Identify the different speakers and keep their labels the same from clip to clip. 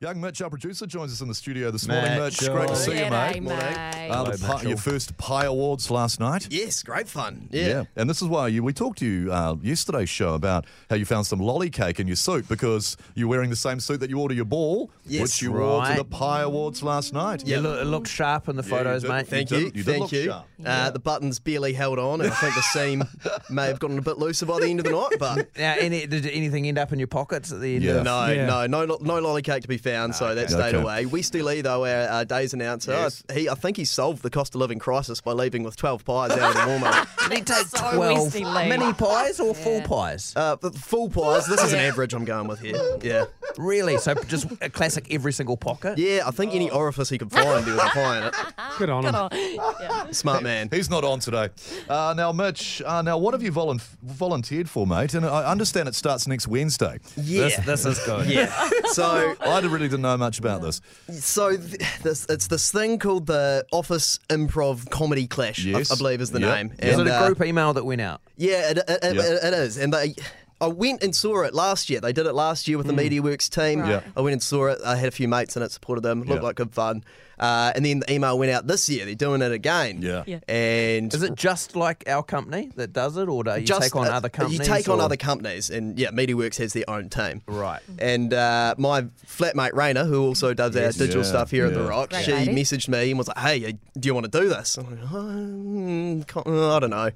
Speaker 1: Young Mitch, our producer, joins us in the studio this morning. Mitch,
Speaker 2: Mitch,
Speaker 1: great to see you,
Speaker 3: G'day,
Speaker 1: mate.
Speaker 3: mate.
Speaker 1: Uh, the pi- your first Pie Awards last night.
Speaker 2: Yes, great fun. Yeah.
Speaker 1: And this is why you, we talked to you uh, yesterday's show about how you found some lolly cake in your suit because you're wearing the same suit that you wore to your ball,
Speaker 2: Yes,
Speaker 1: which you wore to
Speaker 4: right.
Speaker 1: the Pie Awards last night.
Speaker 4: You look, it looks sharp in the
Speaker 1: you
Speaker 4: photos,
Speaker 1: did.
Speaker 4: mate.
Speaker 1: Thank
Speaker 2: Thank
Speaker 1: You
Speaker 2: you.
Speaker 1: did- you did
Speaker 2: Thank
Speaker 1: look
Speaker 2: you.
Speaker 1: sharp.
Speaker 3: Yeah.
Speaker 2: Uh, the buttons barely held on, and I think the seam may have gotten a bit looser by the end of the night, but.
Speaker 4: Now, any, did anything end up in your pockets at the end?
Speaker 1: Yeah.
Speaker 4: Of,
Speaker 2: No,
Speaker 5: Yeah.
Speaker 2: no, no, lo- no lolly cake to be found. So that stayed
Speaker 1: Okay.
Speaker 2: away. We still Lee, though, our uh, day's announcer,
Speaker 1: Yes.
Speaker 2: I, he, I think he solved the cost of living crisis by leaving with twelve pies out of the warm up.
Speaker 4: Did he take
Speaker 3: So
Speaker 4: twelve
Speaker 3: Wesley Lee.
Speaker 4: mini pies or full pies?
Speaker 2: Uh, but full pies. This is an average I'm going with here. Yeah,
Speaker 4: Really? So just a classic every single pocket.
Speaker 2: yeah. I think any orifice he could find, he was a pie in
Speaker 5: Good on
Speaker 1: Um,
Speaker 5: him.
Speaker 2: it. Smart man.
Speaker 1: He's not on today. Uh, now, Mitch, uh, now what have you volun- volunteered for, mate? And I understand it starts next Wednesday.
Speaker 2: Yeah.
Speaker 4: This, this is good.
Speaker 2: yeah. So
Speaker 1: I really didn't know much about this.
Speaker 2: So th- this, it's this thing called the Office Improv Comedy Clash, I-
Speaker 1: Yes.
Speaker 2: I, believe is the
Speaker 1: Yep.
Speaker 2: name.
Speaker 4: Is it
Speaker 2: And,
Speaker 4: a
Speaker 2: uh,
Speaker 4: group email that went out?
Speaker 2: yeah, it, it, it-
Speaker 1: Yeah.
Speaker 2: it- it is. And they, I went and saw it last year. They did it last year with
Speaker 4: Mm.
Speaker 2: the MediaWorks team.
Speaker 1: Yeah.
Speaker 2: I went and saw it. I had a few mates in it, supported them. It looked
Speaker 1: Yeah.
Speaker 2: like good fun. Uh, and then the email went out this year. They're doing it again.
Speaker 1: Yeah.
Speaker 3: Yeah.
Speaker 2: And
Speaker 4: Is it just like our company that does it, or do you
Speaker 2: just,
Speaker 4: take on
Speaker 2: uh,
Speaker 4: other companies?
Speaker 2: You take on
Speaker 4: or-
Speaker 2: other companies, and yeah, MediaWorks has their own team.
Speaker 4: Right.
Speaker 2: And uh, my flatmate Raina, who also does our digital
Speaker 1: Yeah,
Speaker 2: stuff here at The
Speaker 1: yeah.
Speaker 2: Rock,
Speaker 3: Great
Speaker 2: she
Speaker 3: lady.
Speaker 2: messaged me and was like, "Hey, uh, do you want to do this?" I'm like, "Um, can't- uh, I don't know.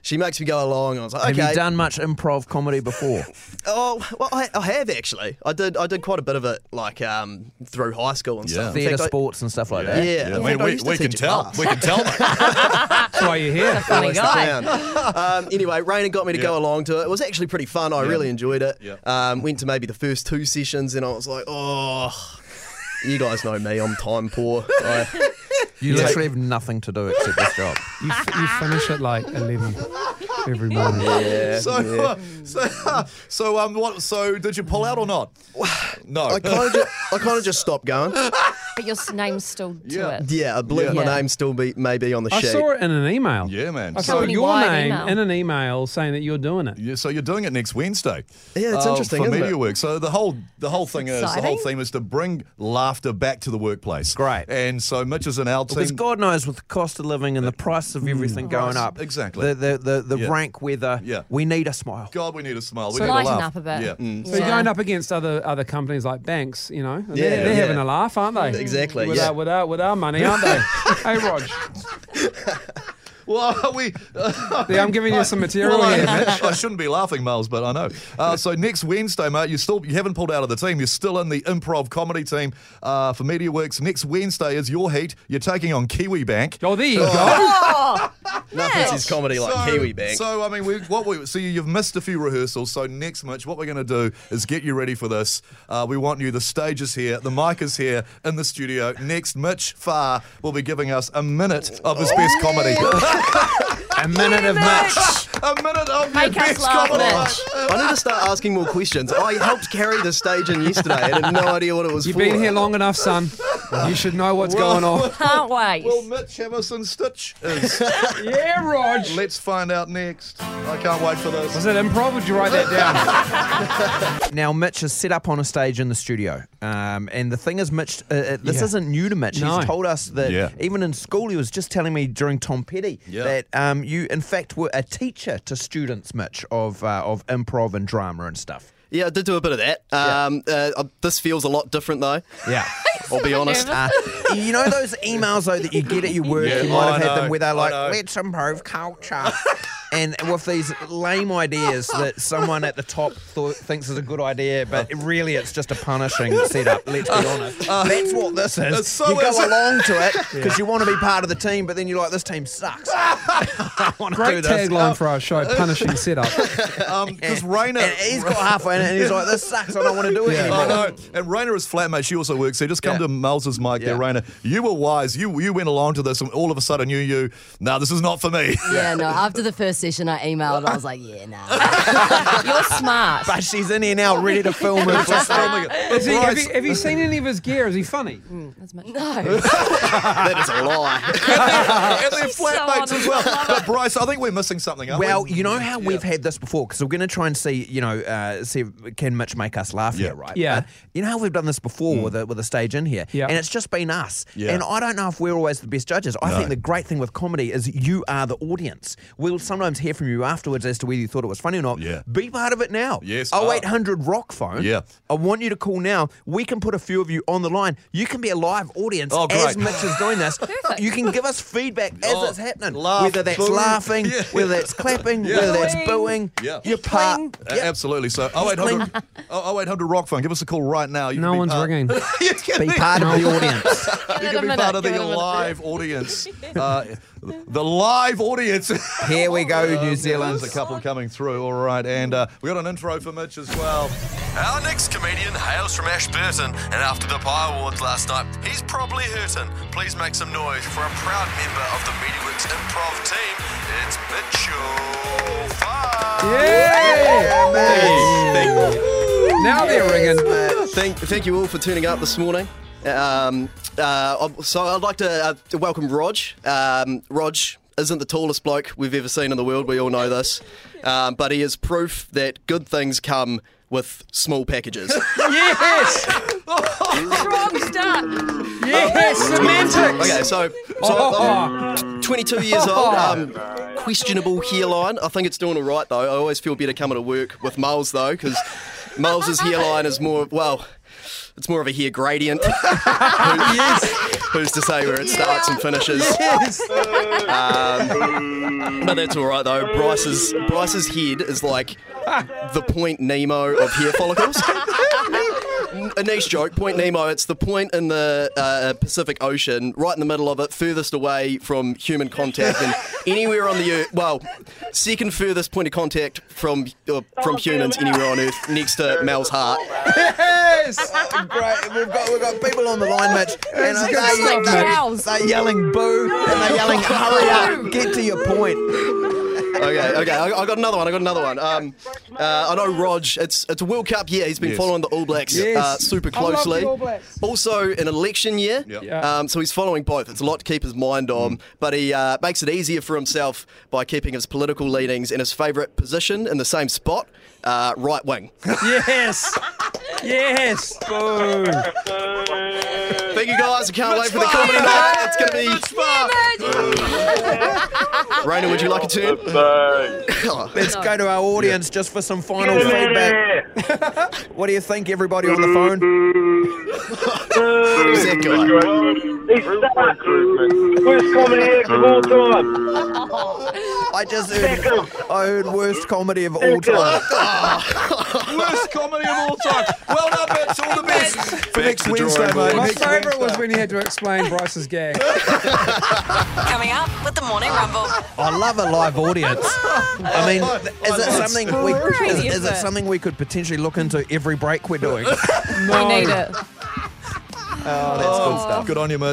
Speaker 2: She makes me go along. I was like,
Speaker 4: Have
Speaker 2: "Okay."
Speaker 4: you done much improv comedy before?
Speaker 2: Oh, well, I, I have actually. I did. I did quite a bit of it, like um, through high school and
Speaker 1: Yeah.
Speaker 2: stuff. In
Speaker 4: Theatre,
Speaker 2: fact, I-
Speaker 4: sports, and stuff like
Speaker 2: Yeah,
Speaker 4: that.
Speaker 2: in
Speaker 1: I
Speaker 2: fact,
Speaker 1: mean,
Speaker 2: I
Speaker 1: we,
Speaker 2: used to
Speaker 1: we can
Speaker 2: teach a
Speaker 1: tell.
Speaker 2: class.
Speaker 1: We can tell, mate.
Speaker 5: That's why you're here.
Speaker 3: Funny
Speaker 2: Waste
Speaker 3: guy.
Speaker 2: of town. Um, anyway, Raina got me to
Speaker 1: Yeah.
Speaker 2: go along to it. It was actually pretty fun. I really enjoyed it.
Speaker 1: Yeah.
Speaker 2: Um, went to maybe the first two sessions, and I was like, oh, you guys know me. I'm time poor. I,
Speaker 4: You literally have nothing to do except this job.
Speaker 5: You, f- you finish at like 11 every morning.
Speaker 1: So, uh, so, so, um, what? So, did you pull out or not? No.
Speaker 2: I kind of just, I kind of just stopped going.
Speaker 3: But your name's still to
Speaker 1: Yeah.
Speaker 3: it.
Speaker 2: Yeah, I believe
Speaker 1: Yeah.
Speaker 2: my
Speaker 3: Yeah.
Speaker 2: name still be maybe on the
Speaker 5: I
Speaker 2: sheet.
Speaker 5: saw it in an email.
Speaker 1: yeah, man.
Speaker 5: I
Speaker 1: So,
Speaker 5: saw
Speaker 3: Company
Speaker 5: your
Speaker 3: wide
Speaker 5: name
Speaker 3: email.
Speaker 5: in an email saying that you're doing it.
Speaker 1: yeah, so you're doing it next Wednesday.
Speaker 2: Yeah, it's
Speaker 1: uh,
Speaker 2: interesting,
Speaker 1: for
Speaker 2: isn't it?
Speaker 1: media work. So the whole the whole thing is the whole
Speaker 3: exciting.
Speaker 1: theme is to bring laughter back to the workplace.
Speaker 4: Great.
Speaker 1: And so Mitch is an out
Speaker 4: Because
Speaker 1: team.
Speaker 4: God knows, with the cost of living and the price of everything going up,
Speaker 1: Uh, mm, exactly.
Speaker 4: the the the, the
Speaker 1: Yeah.
Speaker 4: rank weather,
Speaker 1: Yeah.
Speaker 4: we need a smile.
Speaker 1: God, we need a smile. We
Speaker 5: So-
Speaker 1: need a
Speaker 3: Lighten
Speaker 1: laugh.
Speaker 3: up a bit.
Speaker 1: Yeah.
Speaker 2: Mm.
Speaker 5: So you're going up against other other companies like banks, you know. and they're,
Speaker 2: Yeah,
Speaker 5: they're
Speaker 2: yeah.
Speaker 5: having a laugh, aren't they?
Speaker 2: Exactly,
Speaker 5: With,
Speaker 2: yeah.
Speaker 5: our, with, our, with our money, aren't they? hey, Rog.
Speaker 1: Well, are we.
Speaker 5: Yeah, I'm giving you some material
Speaker 1: Well,
Speaker 5: here,
Speaker 1: I,
Speaker 5: mate.
Speaker 1: I shouldn't be laughing, Miles, but I know. Uh, so next Wednesday, mate, you still you haven't pulled out of the team. You're still in the improv comedy team uh, for Media Works. Next Wednesday is your heat. You're taking on Kiwi Bank.
Speaker 5: Oh, there you go.
Speaker 3: Oh,
Speaker 2: Nothing's his comedy like Kiwi Bank.
Speaker 1: So I mean, we, what we so you've missed a few rehearsals. So next Mitch, what we're going to do is get you ready for this. Uh, we want you. The stage is here. The mic is here in the studio. Next, Mitch Farr will be giving us a minute of his best comedy.
Speaker 4: A minute of much.
Speaker 1: a minute of
Speaker 3: Make
Speaker 1: your
Speaker 3: us
Speaker 1: best
Speaker 3: laugh,
Speaker 1: comedy.
Speaker 3: Mitch.
Speaker 2: Oh, I need to start asking more questions. I helped carry the stage in yesterday. I had no idea what it was
Speaker 5: You've
Speaker 2: for.
Speaker 5: been here long enough, son. You should know what's going on.
Speaker 3: can't wait.
Speaker 1: Will Mitch have us in stitches?
Speaker 5: Yeah, Rog.
Speaker 1: Let's find out next. I can't wait for this.
Speaker 5: Was it improv? Would you write that down?
Speaker 4: Now Mitch is set up on a stage in the studio, um, and the thing is, Mitch, uh, uh, this
Speaker 5: Yeah.
Speaker 4: isn't new to Mitch.
Speaker 5: No.
Speaker 4: He's told us that
Speaker 1: Yeah.
Speaker 4: even in school, he was just telling me during Tom Petty
Speaker 1: Yeah.
Speaker 4: that um, you, in fact, were a teacher to students, Mitch, of uh, of improv and drama and stuff.
Speaker 2: Yeah, I did do a bit of that. Um, uh, this feels a lot different though.
Speaker 4: Yeah.
Speaker 2: I'll be honest.
Speaker 4: Uh, you know those emails though that you get at your work.
Speaker 1: Yeah.
Speaker 4: you might
Speaker 1: I
Speaker 4: have had
Speaker 1: know,
Speaker 4: them where
Speaker 1: I
Speaker 4: they're like,
Speaker 1: know.
Speaker 4: "Let's improve culture," and with these lame ideas that someone at the top th- thinks is a good idea, but really it's just a punishing setup. Let's be honest. That's what this is.
Speaker 1: it's Uh, so
Speaker 4: you go
Speaker 1: is it.
Speaker 4: along to it because you want to be part of the team, but then you're like, "This team sucks." I want to do
Speaker 5: Great
Speaker 4: this.
Speaker 5: tagline for our show, Punishing Setup.
Speaker 1: Um, because
Speaker 4: And
Speaker 1: Raina.
Speaker 4: he's got halfway in it, and he's like, "This sucks. I don't want to do it anymore."
Speaker 1: I know. Oh, And Raina is flatmate. She also works there. Just come
Speaker 4: Yeah.
Speaker 1: to Miles's mic there,
Speaker 4: Yeah.
Speaker 1: Raina. You were wise. You you went along to this, and all of a sudden you you. Nah, this is not for me.
Speaker 6: Yeah, no. After the first
Speaker 3: session, I emailed. I was like, yeah, nah. You're smart.
Speaker 4: But she's in here now, ready to film it.
Speaker 1: Just filming it.
Speaker 5: Is he, have,
Speaker 1: Bryce-
Speaker 5: you, have you seen any of his gear? Is he funny?
Speaker 3: That's much- no.
Speaker 2: that is a lie.
Speaker 1: and their
Speaker 3: She's so
Speaker 1: flatmates as well.
Speaker 3: honest. I love
Speaker 1: But Bryce, I think we're missing something. Aren't
Speaker 4: Well,
Speaker 1: we?
Speaker 4: you know how we've had this before because we're going to try and see, you know, uh, see if- can Mitch make us laugh
Speaker 1: Yeah. Hmm.
Speaker 4: here, right?
Speaker 5: Yeah.
Speaker 4: But you know how we've done this before with a with a stage in here,
Speaker 5: Yeah.
Speaker 4: and it's just been us.
Speaker 1: Yeah.
Speaker 4: And I don't know if we're always the best judges. I think the great thing with comedy is you are the audience. We'll sometimes hear from you afterwards as to whether you thought it was funny or not.
Speaker 1: Yeah.
Speaker 4: Be part of it now.
Speaker 1: Yes,
Speaker 4: Oh
Speaker 1: are.
Speaker 4: eight hundred rock phone.
Speaker 1: Yeah.
Speaker 4: I want you to call now. We can put a few of you on the line. You can be a live audience
Speaker 1: Oh,
Speaker 4: as
Speaker 1: great.
Speaker 4: Mitch is doing this. you can give us feedback as
Speaker 1: Oh,
Speaker 4: it's happening,
Speaker 1: laugh,
Speaker 4: whether that's
Speaker 1: boo.
Speaker 4: laughing,
Speaker 1: Yeah.
Speaker 4: whether that's clapping,
Speaker 1: Yeah.
Speaker 4: whether that's
Speaker 3: Bling.
Speaker 4: booing.
Speaker 1: Yeah.
Speaker 4: Your part.
Speaker 1: A-
Speaker 4: Yep.
Speaker 1: Absolutely. So 0800, 0800 Rock Phone. Give us a call right now. You
Speaker 5: No
Speaker 1: can be
Speaker 5: one's
Speaker 1: part-
Speaker 5: ringing.
Speaker 1: you can
Speaker 4: Be part of the audience.
Speaker 3: Give
Speaker 1: You
Speaker 3: it
Speaker 1: can be
Speaker 3: a minute.
Speaker 1: part of
Speaker 3: give
Speaker 1: the
Speaker 3: it a minute.
Speaker 1: live audience. Uh, the live audience.
Speaker 4: Here we go, New
Speaker 1: There's
Speaker 4: Zealand.
Speaker 1: a couple coming through. All right. And uh, we got an intro for Mitch as well.
Speaker 6: Our next comedian hails from Ashburton, and after the Pie Awards last night, he's probably hurting. Please make some noise for a proud member of the MediaWorks improv team. It's Mitchell Farr.
Speaker 5: Yeah. Now they're ringing.
Speaker 2: Uh, thank, thank you all for tuning up this morning. Um, uh, I- so I'd like to, uh, to welcome Rog. Um, Rog isn't the tallest bloke we've ever seen in the world. We all know this, um, but he is proof that good things come with small packages.
Speaker 5: Yes.
Speaker 3: Strong start.
Speaker 5: Yes. Semantics.
Speaker 2: okay, so, so I'm
Speaker 5: Oh,
Speaker 2: 22 years old. Um, questionable hairline. I think it's doing all right though. I always feel better coming to work with Miles though, because Miles's hairline is more well. It's more of a hair gradient. Who- Who's to say where it starts and finishes? Um,
Speaker 5: yes.
Speaker 2: But that's all right though. Bryce's Bryce's head is like the Point Nemo of hair follicles. A nice joke. Point Nemo. It's the point in the uh, Pacific Ocean, right in the middle of it, furthest away from human contact and anywhere on the Earth. Well, second furthest point of contact from uh, from humans anywhere on Earth, next to Mel's heart.
Speaker 4: Yes. Great. We've got we've got people on the line, Mitch, and
Speaker 5: It's
Speaker 4: I-
Speaker 5: good
Speaker 4: they-
Speaker 3: stuff,
Speaker 4: they're,
Speaker 3: Mitch.
Speaker 4: they're yelling boo, and they're yelling hurry up, get to your point.
Speaker 2: Okay, okay. I, I got another one. I got another one. Um, uh, I know Rog. It's it's a World Cup year. He's been
Speaker 1: Yes.
Speaker 2: following the All Blacks uh,
Speaker 5: Yes.
Speaker 2: super
Speaker 5: I love the
Speaker 2: closely.
Speaker 5: All Blacks.
Speaker 2: Also, an election year.
Speaker 1: Yep.
Speaker 5: Yeah. Mm.
Speaker 2: Um, so he's following both. It's a lot to keep his mind on, but he uh, makes it easier for himself by keeping his political leanings in his favourite position in the same spot, uh, right wing.
Speaker 5: Yes. Yes. Boom.
Speaker 2: Thank you guys. I can't wait for the comedy night. It's going to be. Raina, would you like a turn?
Speaker 4: Let's go to our audience just for some final feedback. what do you think, everybody on the phone?
Speaker 2: Who's that guy?
Speaker 7: He's stuck. Who's coming here all time?
Speaker 4: I just heard, I heard worst comedy of all time.
Speaker 1: Ah. Worst comedy of all time. Well done, Mitch. All the best for next to the Wednesday, drawing mate.
Speaker 5: My
Speaker 1: Next
Speaker 5: favourite
Speaker 1: Wednesday.
Speaker 5: was when you had to explain Bryce's gag.
Speaker 8: Coming up with the Morning Rumble.
Speaker 4: I love a live audience. I mean, th- is it something we is,
Speaker 3: Crazy,
Speaker 4: is
Speaker 3: isn't
Speaker 4: it
Speaker 3: it?
Speaker 4: something we could potentially look into
Speaker 1: Oh.
Speaker 4: every break we're doing?
Speaker 3: We need it.
Speaker 1: Good on you, Mitch.